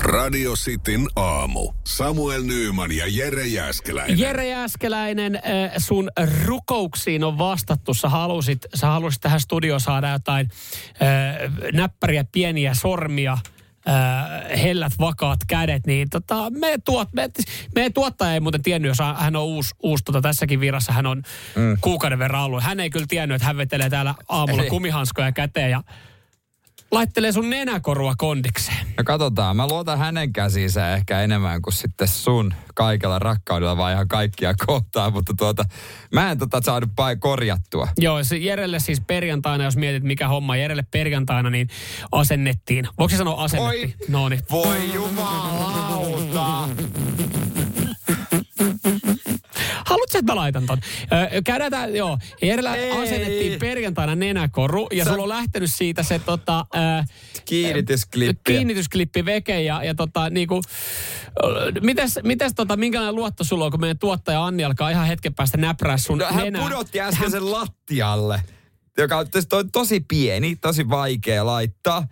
Radio Cityn aamu. Samuel Nyyman ja Jere Jäskeläinen. Jere Jäskeläinen, äh, sun rukouksiin on vastattu. Sä halusit, sä halusit tähän studioon saada jotain äh, näppäriä pieniä sormia, äh, hellät vakaat kädet. Niin tota, me, tuot, me, me tuottaja ei muuten tiennyt, jos hän on uusi, uusi tota, tässäkin virassa, hän on mm. kuukauden verran ollut. Hän ei kyllä tiennyt, että hän vetelee täällä aamulla Ei. kumihanskoja käteen ja laittelee sun nenäkorua kondikseen. No katsotaan, mä luotan hänen käsiinsä ehkä enemmän kuin sitten sun kaikella rakkaudella vaan ihan kaikkia kohtaan, mutta tuota, mä en tota saanut pai korjattua. Joo, se Jerelle siis perjantaina, jos mietit mikä homma Jerelle perjantaina, niin asennettiin. Voiko se sanoa asennettiin? Oi. No niin. Voi jumalauta! Haluatko, että mä laitan ton? Ö, käydään tää, joo. Jerellä Ei. asennettiin perjantaina nenäkoru ja Sä- sulla on lähtenyt siitä se tota, ö, Kiinnitysklippi. kiinnitysklippi veke ja, ja tota, niinku, ö, mitäs, mitäs tota, minkälainen luotto sulla on, kun meidän tuottaja Anni alkaa ihan hetken päästä näprää sun No, hän nenää? pudotti äsken sen lattialle, joka on tos- toi tosi pieni, tosi vaikea laittaa.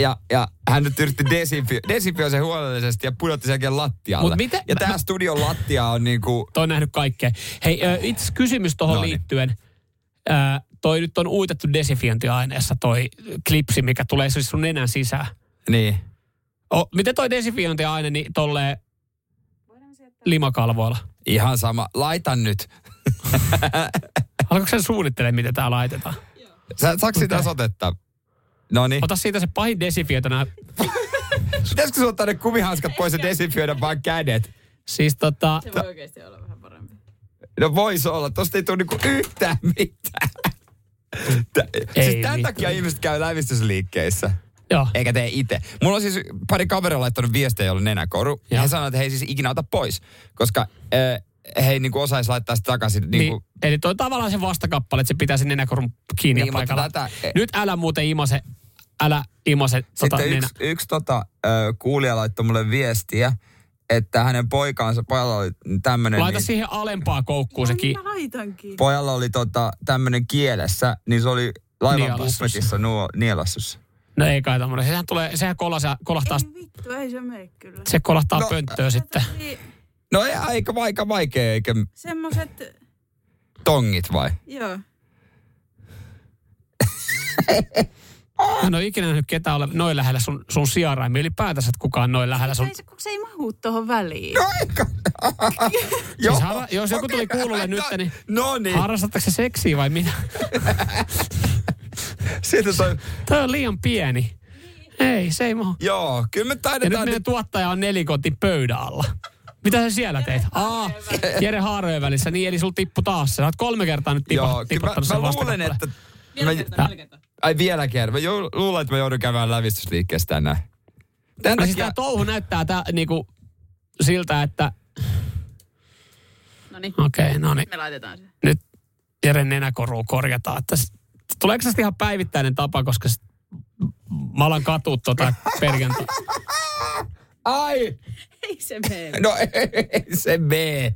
Ja, ja hän nyt yritti desinfio- desinfioi sen huolellisesti ja pudotti sen jälkeen lattialle. Mut mitä- Ja mä- tämä studion lattia on niinku... Toi on nähnyt kaikkea. Hei, ö, itse asiassa kysymys tuohon Noniin. liittyen. Ö, toi nyt on uitettu desinfiointiaineessa toi klipsi, mikä tulee siis sun nenän sisään. Niin. O, miten toi desinfiointiaine niin tolle limakalvoilla? Ihan sama. Laitan nyt. Alkoiko sen suunnittele, miten tää laitetaan? Sä, saaks sitä otetta? No niin. Ota siitä se pahin desinfiointina. Pitäisikö sun ottaa ne kumihanskat pois ja desinfioida vaan kädet? Siis tota, Se voi oikeasti olla vähän parempi. No vois olla. Tosta ei tule niinku yhtään mitään. Tä, Ei siis tämän vittu. takia ihmiset käy lävistysliikkeissä. joo. Eikä tee itse. Mulla on siis pari kaveria laittanut viestejä, jolla on nenäkoru. Ja Joo. he sanoivat, että he ei siis ikinä ota pois, koska äh, he ei niinku osaisi laittaa sitä takaisin. Niin, Niinku, eli toi on tavallaan se vastakappale, että se pitää sen nenäkorun kiinni Niin, ja mutta paikalla. tätä- Nyt älä muuten imase, älä imase tota Sitten nenä. yksi, yksi tota, ö, kuulija laittoi mulle viestiä, että hänen poikaansa, pojalla oli tämmönen, Laita niin, siihen alempaa koukkuun se No, kiinni. Mä laitankin. pojalla oli tota, tämmönen kielessä, niin se oli laivan Nielassus. buffetissa nuo, nielassussa. No ei kai tämmöinen. Sehän, tulee, sehän kolasa, kolahtaa, Ei vittu, ei se mene kyllä. se kolahtaa No, no, pönttöön sitten. Niin, No ei, aika, aika vaikea, eikä Semmoset, tongit vai? joo. Mä en ole No ikinä nähnyt ketään ole noin lähellä sun, sun sieraimia. Ylipäätänsä, että kukaan noin lähellä sun... Ei se, kun se ei mahu tuohon väliin. No eikä. Joo. hara- jos joku tuli kuulolle nyt, niin- No niin, Harrastatteko se Niin. seksiä vai mitä? sitten toi... Toi on liian pieni. Ei, se ei mahu. Joo, kyllä me Ja nyt taidetaan meidän nyt... tuottaja on nelikotti pöydän alla. Mitä sä siellä teit? Aa, Jere Haarojen välissä. Niin, eli sul tippu taas. Sä oot kolme kertaa nyt tipa, Joo, kyllä tiputtanut mä, mä sen luulen, vastakappaleen. että... Vielä mä- kertaa, vielä kertaa. Ai vielä kerran. Mä jou- luulen, että mä joudun käymään lävistysliikkeessä tänään. Tän No siis takia- tää touhu näyttää tää, niinku, siltä, että... No niin, Okei, okay, no niin. me laitetaan se. nyt Jeren nenäkoru korjataan. Että s- tuleeko se ihan päivittäinen tapa, koska s- mä alan katua tota perjantai. Ai! Ei se mene. No ei se mene.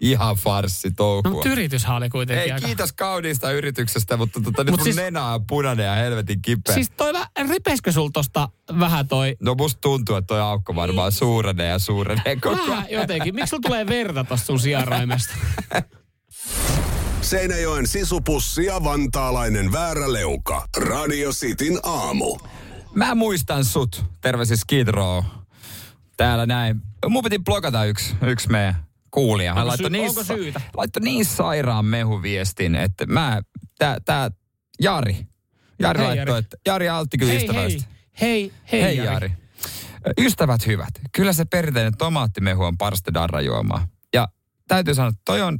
Ihan farssi No, touhua. mutta yrityshän oli kuitenkin ei, aika. kiitos kauniista yrityksestä, mutta tota, nyt Mut mun siis- nenä on punainen ja helvetin kipeä. Siis toi, vä- ripeskö sul tosta vähän toi? No musta tuntuu, että toi aukko varmaan suurenee ja suurenee koko ajan. Vähän jotenkin. Miksi sulla tulee verta tosta sun sieraimesta? Seinäjoen sisupussi ja vantaalainen vääräleuka. Radio Cityn aamu. Mä muistan sut. Terve siis Skid Row. Täällä näin. Mun piti blokata yksi, yksi meidän kuulija. Hän Onko laittoi syy- niin, onko sa- syytä? laittoi niin sairaan mehuviestin, että mä, tää, tää Jari. Jari Hei, laittoi, Jari. että Jari Altti kyllä hei, hei, ystävästä. hei, hei, Hei Jari. Ystävät hyvät, kyllä se perinteinen tomaattimehu on parasta darrajuomaa. Ja täytyy sanoa, että toi on,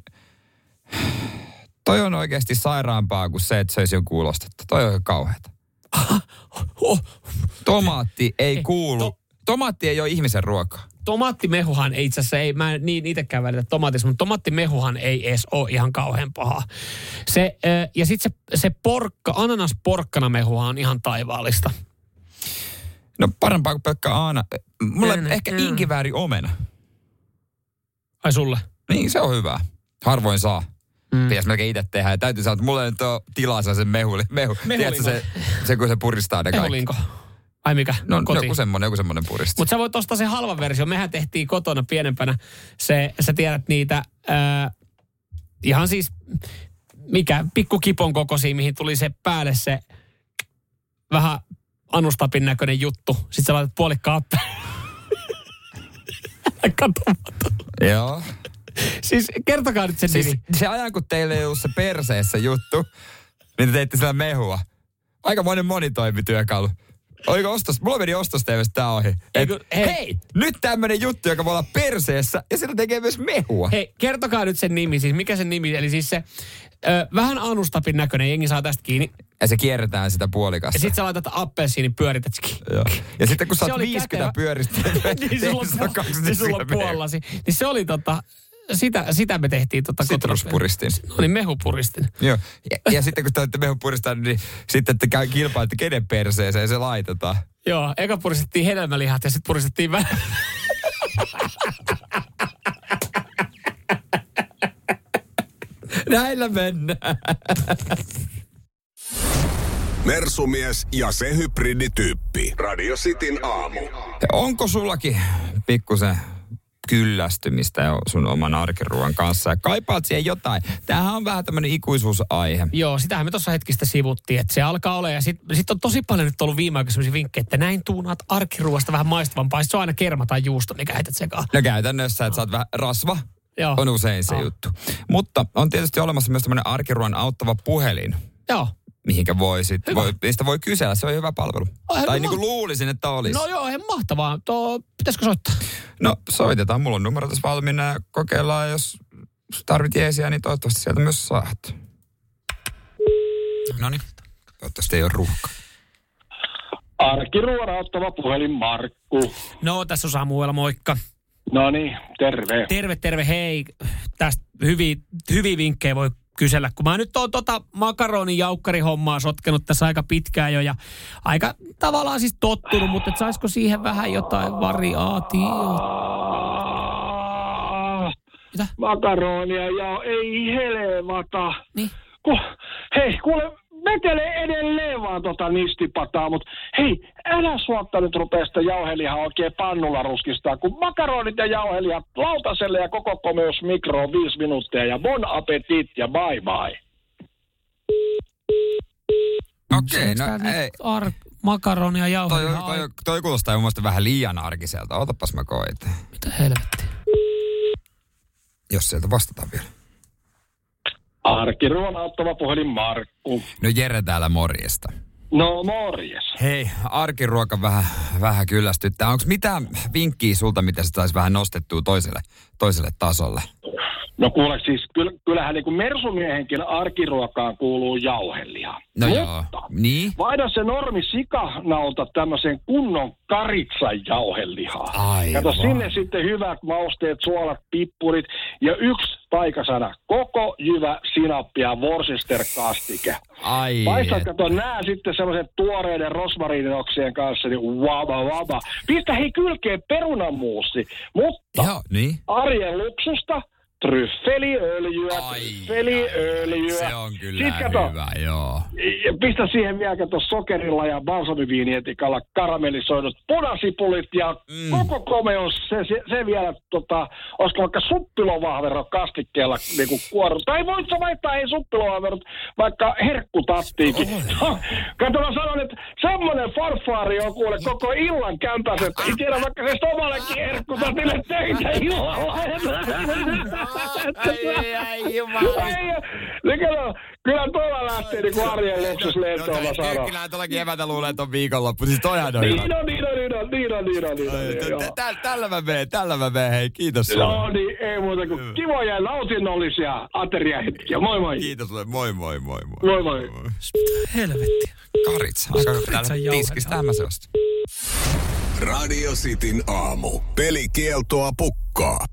toi on oikeasti sairaampaa kuin se, että söisi jonkun ulostetta. Toi on ihan kauheata. Oh, Tomaatti ei Ei, kuulu. Eh, to- Tomaatti ei ole ihmisen ruoka. tomaattimehuhan ei itse asiassa, ei, mä en niin itsekään välitä tomaatista, mutta tomaattimehuhan ei edes ole ihan kauhean paha. Se, ö, ja sitten se, se porkka, ananasporkkana mehuhan on ihan taivaallista. No parempaa kuin pelkkä aana. Mulla Kyllä, ehkä kyllä. inkivääri omena. Ai sulle? Niin, se on hyvä. Harvoin saa. Mm. Mm. Pitäis melkein itse tehdä. Ja täytyy sanoa, että mulla ei nyt ole tilaa saa sen mehuli. Mehu. Mehulinko. Tiedätkö se, se, kun se puristaa ne kaikki. Mehulinko. Ai mikä? No, Koti. joku semmoinen, joku semmoinen puristi. Mutta sä voit ostaa se halva versio. Mehän tehtiin kotona pienempänä. Se, sä tiedät niitä ää, ihan siis mikä pikkukipon kokoisia, mihin tuli se päälle se vähän anustapin näköinen juttu. Sitten sä laitat puolikkaan Katsomatta. Joo. Siis kertokaa nyt sen siis... Siis nimi. se ajan, kun teillä ei ollut se perseessä juttu, niin te teitte sillä mehua. Aikamoinen monitoimityökalu. Oliko ostos? Mulla meni ostos tää ohi. Et, Eikö- hei. hei. hei! nyt tämmönen juttu, joka voi olla perseessä, ja sillä tekee myös mehua. Hei. Hei, kertokaa nyt sen nimi. Siis mikä sen nimi? Eli siis se ö, vähän anustapin näköinen. Jengi saa tästä kiinni. Ja se kierretään sitä puolikasta. Ja sit sä laitat appelsiinin pyörität. se kiinni. Joo. Ja sitten kun Se sä oot oli 50 kätevä. pyöristänyt, niin sulla on, on pu- 20 niin sulla on puolasi. Niin se oli tota, sitä, sitä me tehtiin tota kotona. Sitruspuristi. No niin, mehupuristin. Joo. Ja, ja, sitten kun te olette mehu puristanut, niin sitten te käy kilpaa, että kenen perseeseen se laitetaan. Joo, eka puristettiin hedelmälihat ja sitten puristettiin vähän. Näillä mennään. Mersumies ja se hybridityyppi. Radio Cityn aamu. Onko sullakin pikkusen kyllästymistä jo sun oman arkiruoan kanssa ja kaipaat siihen jotain? Tämähän on vähän tämmöinen ikuisuusaihe. Joo, sitähän me tuossa hetkistä sivuttiin, että se alkaa olla. Ja sitten sit on tosi paljon nyt ollut viime aikoina sellaisia vinkkejä, että näin tuunaat arkiruosta vähän maistuvampaa. Sit Se on aina kerma tai juusto, mikä heität sekaan. No käytännössä, että sä oot vähän rasva, Joo. on usein se Joo. juttu. Mutta on tietysti olemassa myös tämmöinen arkiruoan auttava puhelin, Joo. mihinkä voi sit, voi, niistä voi kysellä, se on hyvä palvelu. Ai, tai no niin kuin ma- luulisin, että olisi. No No, joo, ihan mahtavaa. Tuo, pitäisikö soittaa? no soitetaan, mulla on numero tässä valmiina ja kokeillaan, jos tarvit jeesiä, niin toivottavasti sieltä myös saat. No niin, toivottavasti ei ole ruuhka. Arkiruora ottava puhelin Markku. No, tässä on Samuel, moikka. No niin, terve. Terve, terve, hei. Tästä hyviä, hyviä vinkkejä voi kysellä. Kun mä nyt oon tota makaronin jaukkarihommaa sotkenut tässä aika pitkään jo ja aika tavallaan siis tottunut, mutta et saisiko siihen vähän jotain variaatiota? Ah, Mitä? Makaronia ja ei helevata. Niin. Ku, hei, kuule, vetele edelleen vaan tota nistipataa, mutta hei, älä suotta nyt rupea sitä jauhelihaa oikein pannulla ruskistaa, kun makaronit ja jauhelihat lautaselle ja koko komeus mikroon viisi minuuttia ja bon appetit ja bye bye. Okei, Saaks tää no nyt ei. Ar- makaronia Toi, jauhelihaa. toi, toi kuulostaa mun mielestä vähän liian arkiselta. Otapas mä koitan. Mitä helvettiä? Jos sieltä vastataan vielä. Arkiruona ottava puhelin Markku. No Jere täällä morjesta. No morjes. Hei, arkiruoka vähän, vähän kyllästyttää. Onko mitään vinkkiä sulta, mitä se saisi vähän nostettua toiselle, toiselle tasolle? No kuule siis, kyll- kyllähän niin kuin mersumiehenkin arkiruokaan kuuluu jauhelia. No Mutta joo. Niin? Vaihda se normi sikanauta tämmöisen kunnon karitsan jauhelihaa. Aivan. Kato sinne sitten hyvät mausteet, suolat, pippurit ja yksi paikasana, koko jyvä, sinappi ja Worcester-kastike. Ai. Paista, et- kato, nää sitten semmoisen tuoreiden rosmariininoksien kanssa, niin vaba vaba. Pistä hei kylkeen perunamuusi, mutta Joo, niin. arjen luksusta, tryffeliöljyä, Ai, tryffeliöljyä. Se on kyllä Sit kato, hyvä, joo. ja Pistä siihen vielä kato sokerilla ja balsamiviinietikalla karamellisoidut punasipulit ja Mm. mm. koko komeus, se, se, se vielä, tota, olisiko vaikka suppilovahvero kastikkeella niinku kuoru. Tai voit sä vaihtaa ei suppilovahverot, vaikka herkkutattiinkin. kato mä sanon, että semmoinen farfaari on kuule koko illan kämpäs, että ei tiedä vaikka se sitten omallekin herkkutattille töitä illalla. ai Ei, niin kato, kyllä tuolla lähtee niinku arjen luksus lentoon, mä sanon. No, niin, Kyllä tuollakin evätä luulee, että on viikonloppu. Siis toihan on hyvä. Niin on, niin on, niin on, niin on, niin on, niin on, niin on, joo. Tä- Tällä mä menen, tällä mä menen. Hei, kiitos No niin, ei muuta kuin kivoja ja nautinnollisia ateriahetkiä. Moi moi. Kiitos sulle. Moi moi moi moi. Moi moi. Helvettiä. Karitsa. Aika Karitsa täällä jauhelia. tiskistä mä se ostin. Radio Cityn aamu. Pelikieltoa pukkaa.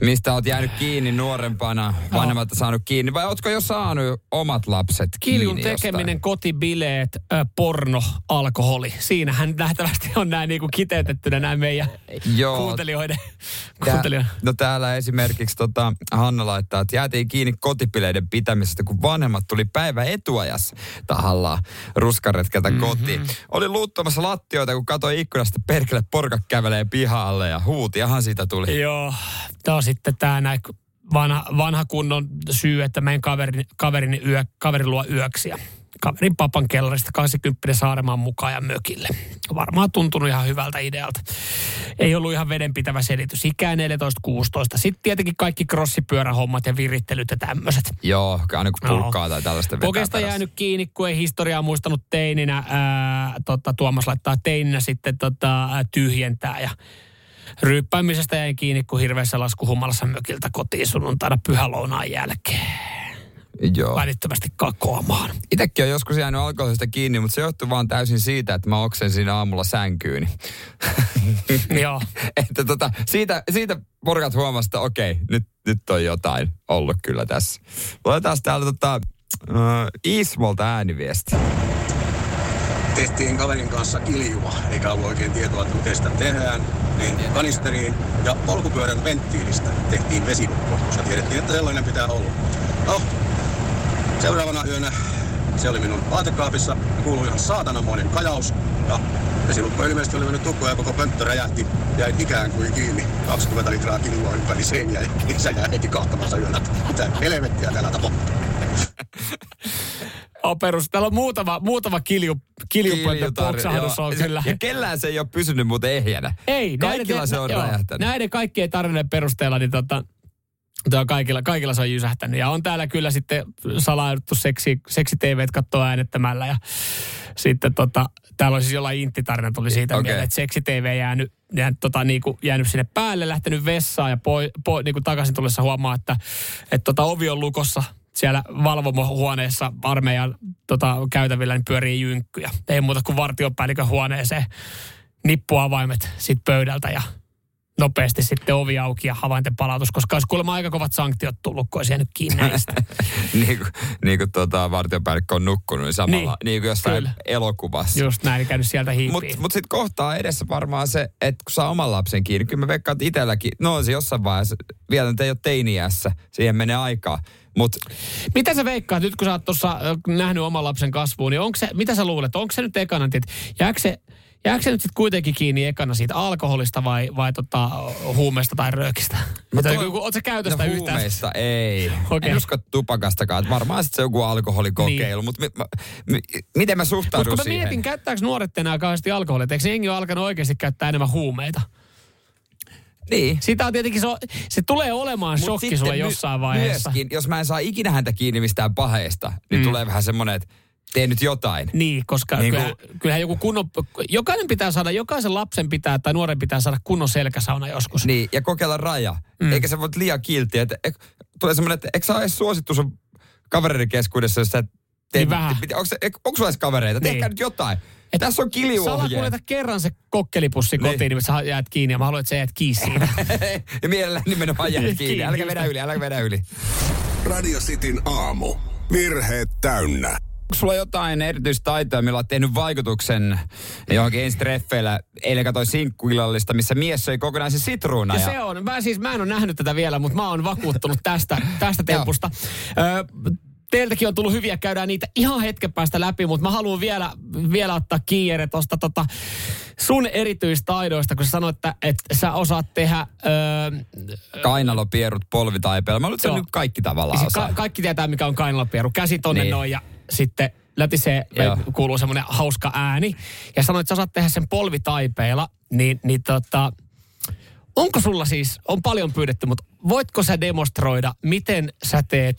mistä oot jäänyt kiinni nuorempana, vanhemmat saanut kiinni, vai ootko jo saanut omat lapset kiinni Kiljun tekeminen, jostain? kotibileet, ö, porno, alkoholi. Siinähän nähtävästi on näin niinku kiteytettynä nämä meidän Joo. kuuntelijoiden. Tää- kuuntelijoiden. No täällä esimerkiksi tota, Hanna laittaa, että jäätiin kiinni kotipileiden pitämisestä, kun vanhemmat tuli päivä etuajassa tahallaan ruskaretkeltä mm-hmm. kotiin. Oli luuttomassa lattioita, kun katsoi ikkunasta perkele porka kävelee pihalle ja huutiahan siitä tuli. Joo, tämä on sitten tämä näin vanha, vanha kunnon syy, että meidän kaverin, kaverin, yö, kaverin luo yöksi. ja Kaverin papan kellarista 80 saaremaan mukaan ja mökille. Varmaan tuntunut ihan hyvältä idealta. Ei ollut ihan vedenpitävä selitys. Ikää 14-16. Sitten tietenkin kaikki krossipyörähommat ja virittelyt ja tämmöiset. Joo, aina kun pulkkaa tai tällaista vetää Pokesta perässä. jäänyt kiinni, kun ei historiaa muistanut teininä. Ää, tota, Tuomas laittaa teininä sitten tota, ää, tyhjentää ja ryyppäämisestä jäin kiinni, kun hirveässä laskuhumalassa mökiltä kotiin sunnuntaina pyhälounaan jälkeen. Joo. Välittömästi kakoamaan. Itekin on joskus jäänyt alkoholista kiinni, mutta se johtuu vaan täysin siitä, että mä oksensin aamulla sänkyyni. Joo. että tota, siitä, siitä porukat huomasivat, että okei, nyt, nyt on jotain ollut kyllä tässä. Laitetaan täältä tota, äh, Ismolta ääniviesti. tehtiin kaverin kanssa kiljua, eikä ollut oikein tietoa, että miten sitä tehdään, niin kanisteriin ja polkupyörän venttiilistä tehtiin vesilukko, koska tiedettiin, että sellainen pitää olla. No, seuraavana yönä se oli minun vaatekaapissa, ja kuului ihan saatanamoinen kajaus, ja vesilukko ilmeisesti oli mennyt tukkoon ja koko pönttö räjähti, jäi ikään kuin kiinni 20 litraa kiljua ympäri seiniä, ja isä jäi heti kahtamassa yöllä, että mitä helvettiä täällä tapahtuu. On perus. Täällä on muutama, muutama kilju, kiljupöntä Kiljutarja, poksahdus joo. on Se- kyllä. Ja kellään se ei ole pysynyt muuten ehjänä. Ei, Kaikilla näiden- se on joo, räjähtänyt. Näiden kaikkien tarinoiden perusteella, niin tota, tota kaikilla, kaikilla se on jysähtänyt. Ja on täällä kyllä sitten salauduttu seksi, seksi TV katsoa äänettämällä. Ja sitten tota, täällä on siis jollain inttitarina tuli siitä okay. Okei. mieleen, että seksi TV jäänyt, jäänyt, tota, niin kuin, jäänyt sinne päälle, lähtenyt vessaan ja poi, poi, niin kuin takaisin tullessa huomaa, että, että tota, ovi on lukossa siellä valvomohuoneessa armeijan tota, käytävillä niin pyörii jynkkyjä. Ei muuta kuin vartiopäällikön huoneeseen nippuavaimet sit pöydältä ja nopeasti sitten ovi auki ja havainten palautus, koska olisi kuulemma aika kovat sanktiot tullut, kun olisi jäänyt kiinni näistä. niin kuin, niin kuin tota, vartiopäällikkö on nukkunut, niin samalla, niin, Niin, niin kuin jossain kyllä. niin elokuvassa. Just näin, käynyt sieltä Mutta hiipiin. mut, mut sitten kohtaa edessä varmaan se, että kun saa oman lapsen kiinni, kyllä mä veikkaan, että itselläkin, no on se jossain vaiheessa, vielä nyt ei ole teiniässä, siihen menee aikaa. Mutta Mitä sä veikkaat, nyt kun sä oot tuossa nähnyt oman lapsen kasvuun, niin onko se, mitä sä luulet, onko se nyt ekana, että jääkö se, jääkö se nyt sitten kuitenkin kiinni ekana siitä alkoholista vai, vai tota, huumeesta tai röökistä? Mitä, toivon- joku- Oot sä käytöstä no, yhtään? huumeista ei. Okay. Okei. En usko tupakastakaan. että Varmaan sitten se joku alkoholikokeilu. Niin. Mutta mi, mi, mi, miten mä Mutta suhtaudun kun mä siihen? mietin, käyttääkö nuoret enää kauheasti alkoholia, että eikö jengi ole alkanut oikeasti käyttää enemmän huumeita? niin. Sitä on tietenkin, se, on, se tulee olemaan Mut shokki sitten sulle my- jossain vaiheessa. Myöskin, jos mä en saa ikinä häntä kiinni mistään paheesta, niin mm. tulee vähän semmoinen, että tee nyt jotain. Niin, koska Niin niin kuin- kyllähän, kyllähän joku kunnon, jokainen pitää saada, jokaisen lapsen pitää tai nuoren pitää saada kunnon selkäsauna joskus. Niin, ja kokeilla raja. Mm. Eikä se voi liian kiltiä. Että, et, tulee semmoinen, että eikö sä ole edes suosittu sun kavereiden keskuudessa, jos sä teet, Niin vähän. Onko, se, onko sulla edes kavereita? Niin. Niin. Tehkää nyt jotain. Et, Tässä on kiljuohje. Salakuljeta kerran se kokkelipussi Niin. kotiin, niin. missä sä jäät kiinni ja mä haluan, että sä jäät kiinni siinä. ja mielellään nimenomaan jää kiinni. Niin, Kiinni, Älkää just vedä näin. yli, älkää vedä yli. Radio Cityn aamu. Virheet täynnä. Onko sulla jotain erityistaitoja, millä olet tehnyt vaikutuksen johonkin ensi treffeillä? Eilen katsoin sinkkuillallista, missä mies söi kokonaisen sitruunan. Ja Ja se on, mä siis mä en ole nähnyt tätä vielä, mutta mä oon vakuuttunut tästä, tästä tempusta. Ö, teiltäkin on tullut hyviä, käydään niitä ihan hetken päästä läpi, mutta mä haluan vielä, vielä ottaa kiire tuosta tota, sun erityistaidoista, kun sä sanoit, että, että sä osaat tehdä... Ö, Kainalo, pierut, polvi, taipeella. Mä luulen, että se Joo. nyt kaikki tavallaan Siis osaa. ka- kaikki tietää, mikä on kainalopieru. Käsi tonne Niin. niin. noin ja sitten lätisee, Joo. kuuluu semmoinen hauska ääni. Ja sanoit, että sä osaat tehdä sen polvitaipeilla, niin, niin tota, onko sulla siis, on paljon pyydetty, mutta voitko sä demonstroida, miten sä teet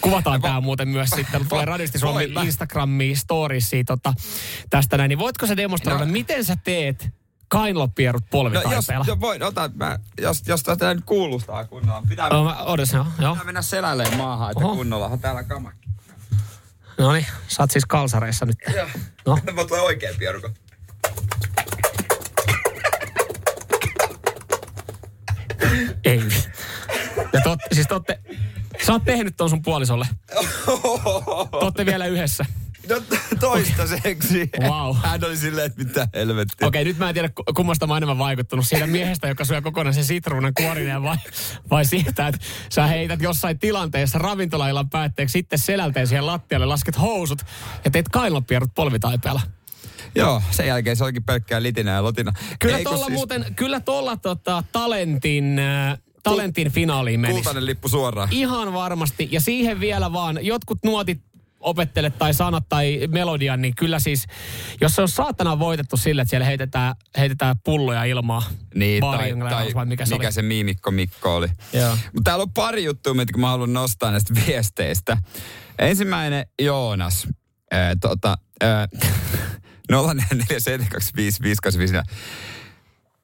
Kuvataan tämä muuten myös sitten, tulee Radisti Suomi voin mä. Instagramiin, storiesiin tota, tästä näin. Niin voitko sä demonstroida, No. no. miten sä teet kainlopierut No, jos, polvitaipeilla? jo, voin, ota, mä, jos, jos tätä nyt kuulustaa kunnolla, niin pitää, Joo, No, mä- Odotas, joo, joo. pitää mennä selälleen maahan, että Oho. kunnollahan täällä kamakki. No niin, sä oot siis kalsareissa nyt. No. Mä tulee oikein pierukko. Ei. Ja tot, siis te ootte, sä oot tehnyt ton sun puolisolle. Te ootte vielä yhdessä. No toistaiseksi. Wow. Hän oli silleen, että mitä helvettiä. Okei, nyt mä en tiedä ku- kummasta mä oon enemmän vaikuttunut. Siitä miehestä, joka syö kokonaan sen sitruunan kuorineen vai, vai siitä, että sä heität jossain tilanteessa ravintolaillan päätteeksi sitten selälteen siihen lattialle, lasket housut ja teet kailonpierrot polvitaipeella. Joo, sen jälkeen se olikin pelkkää litinää ja lotina. Kyllä Eikö tolla siis muuten, kyllä tolla tota, talentin, äh, talentin finaaliin menisi. Kultainen lippu suoraan. Ihan varmasti. Ja siihen vielä vaan, jotkut nuotit opettele tai sanat tai melodian, niin kyllä siis, jos se on saatana voitettu sille, että siellä heitetään, heitetään pulloja ilmaa. Niin, tai, Baarijongelman tai alas, vai mikä se oli? se miimikko Mikko oli. Joo. Mut täällä on pari juttua, mitkä mä haluan nostaa näistä viesteistä. Ensimmäinen Joonas. Ää, tota, ää, 0447255854.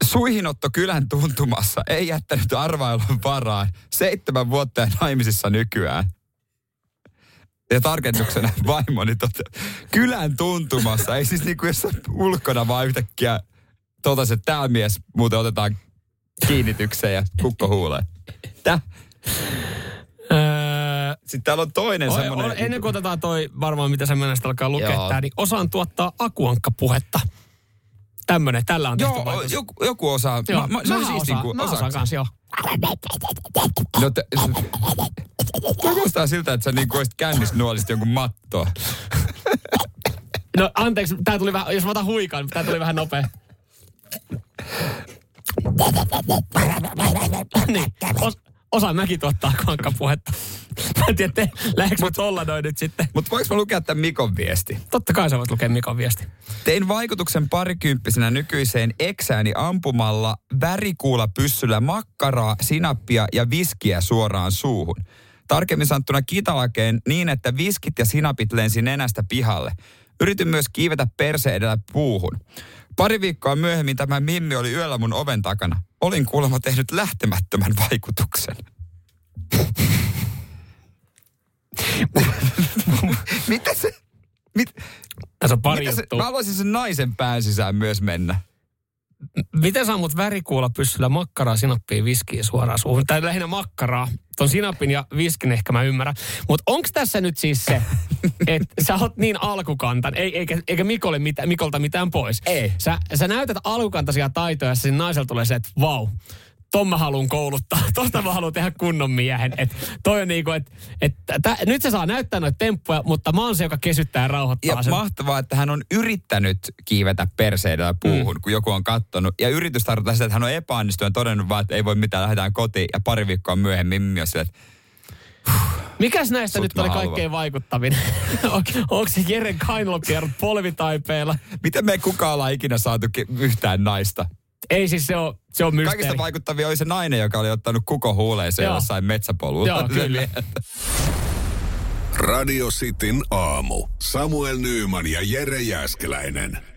Suihinotto kylän tuntumassa ei jättänyt arvailun varaan. Seitsemän vuotta ja naimisissa nykyään. Ja tarkennuksena vaimoni tote, kylän tuntumassa, ei siis niinku jossain ulkona vaan yhtäkkiä tota se, tää mies muuten otetaan kiinnitykseen ja kukko huulee. Tää. Öö, Sitten täällä on toinen Oi, semmoinen. on, ennen kuin otetaan toi varmaan, mitä sä mennä alkaa lukea Joo. tää, niin osaan tuottaa akuankkapuhetta. Tämmönen, tällä on tehty Joo, vaikutus. joku, joku osaa. Joo, Mä, mä, se on mähän siis osaan, niinku mä osaksi. osaan kans, joo. No te, kuulostaa siltä, että sä niinku olisit kännissä nuolista jonkun mattoa. No anteeksi, tää tuli vähän, jos mä otan huikan, tää tuli vähän nopea. niin, os, osaan mäkin tuottaa kankkapuhetta. Mä en tiedä, te, lähdekö mä tolla noin nyt sitten. Mutta voinko mä lukea tämän Mikon viesti? Totta kai sä voit lukea Mikon viesti. Tein vaikutuksen parikymppisenä nykyiseen eksääni ampumalla värikuulla pyssyllä makkaraa, sinappia ja viskiä suoraan suuhun. Tarkemmin sanottuna kitalakeen niin, että viskit ja sinapit lensi nenästä pihalle. Yritin myös kiivetä perse edellä puuhun. Pari viikkoa myöhemmin tämä mimmi oli yöllä mun oven takana. Olin kuulemma tehnyt lähtemättömän vaikutuksen. Mitä se... Mit, Tässä on pari mitä se, juttua. mä haluaisin sen naisen pään sisään myös mennä. Miten sä ammut värikuulla pyssyllä makkaraa, sinappia, viskiä suoraan suuhun? Tai lähinnä makkaraa. Ton sinapin ja viskin ehkä mä ymmärrän. Mutta onks tässä nyt siis se, että sä oot niin alkukantan, ei, eikä, eikä Mikolle mitä, Mikolta mitään pois. Ei. Sä, sä näytät alkukantaisia taitoja, ja sen naisella tulee se, että vau, ton mä haluan kouluttaa, tosta mä haluan tehdä kunnon miehen. Et toi on niinku, että et, tä- nyt se saa näyttää noita temppuja, mutta mä oon se, joka kesyttää ja rauhoittaa Ja sen. mahtavaa, että hän on yrittänyt kiivetä perseidellä puuhun, Mm. kun joku on kattonut. Ja yritys tarkoittaa sitä, että hän on epäonnistunut ja todennut vaan, että ei voi mitään, lähdetään kotiin. Ja pari viikkoa myöhemmin Mimmi on sillä, että Mikäs näistä Sut nyt mä oli haluan. kaikkein vaikuttavin? On, onko se Jeren kainalopierrot polvitaipeella? miten me ei kukaan olla ikinä saatu ki- yhtään naista. Ei siis se on, se on mysteeri. Kaikista vaikuttavia oli se nainen, joka oli ottanut kuko huuleeseen Joo. jossain metsäpolulla. Joo, kyllä. Radio Cityn aamu. Samuel Nyyman ja Jere Jäskeläinen.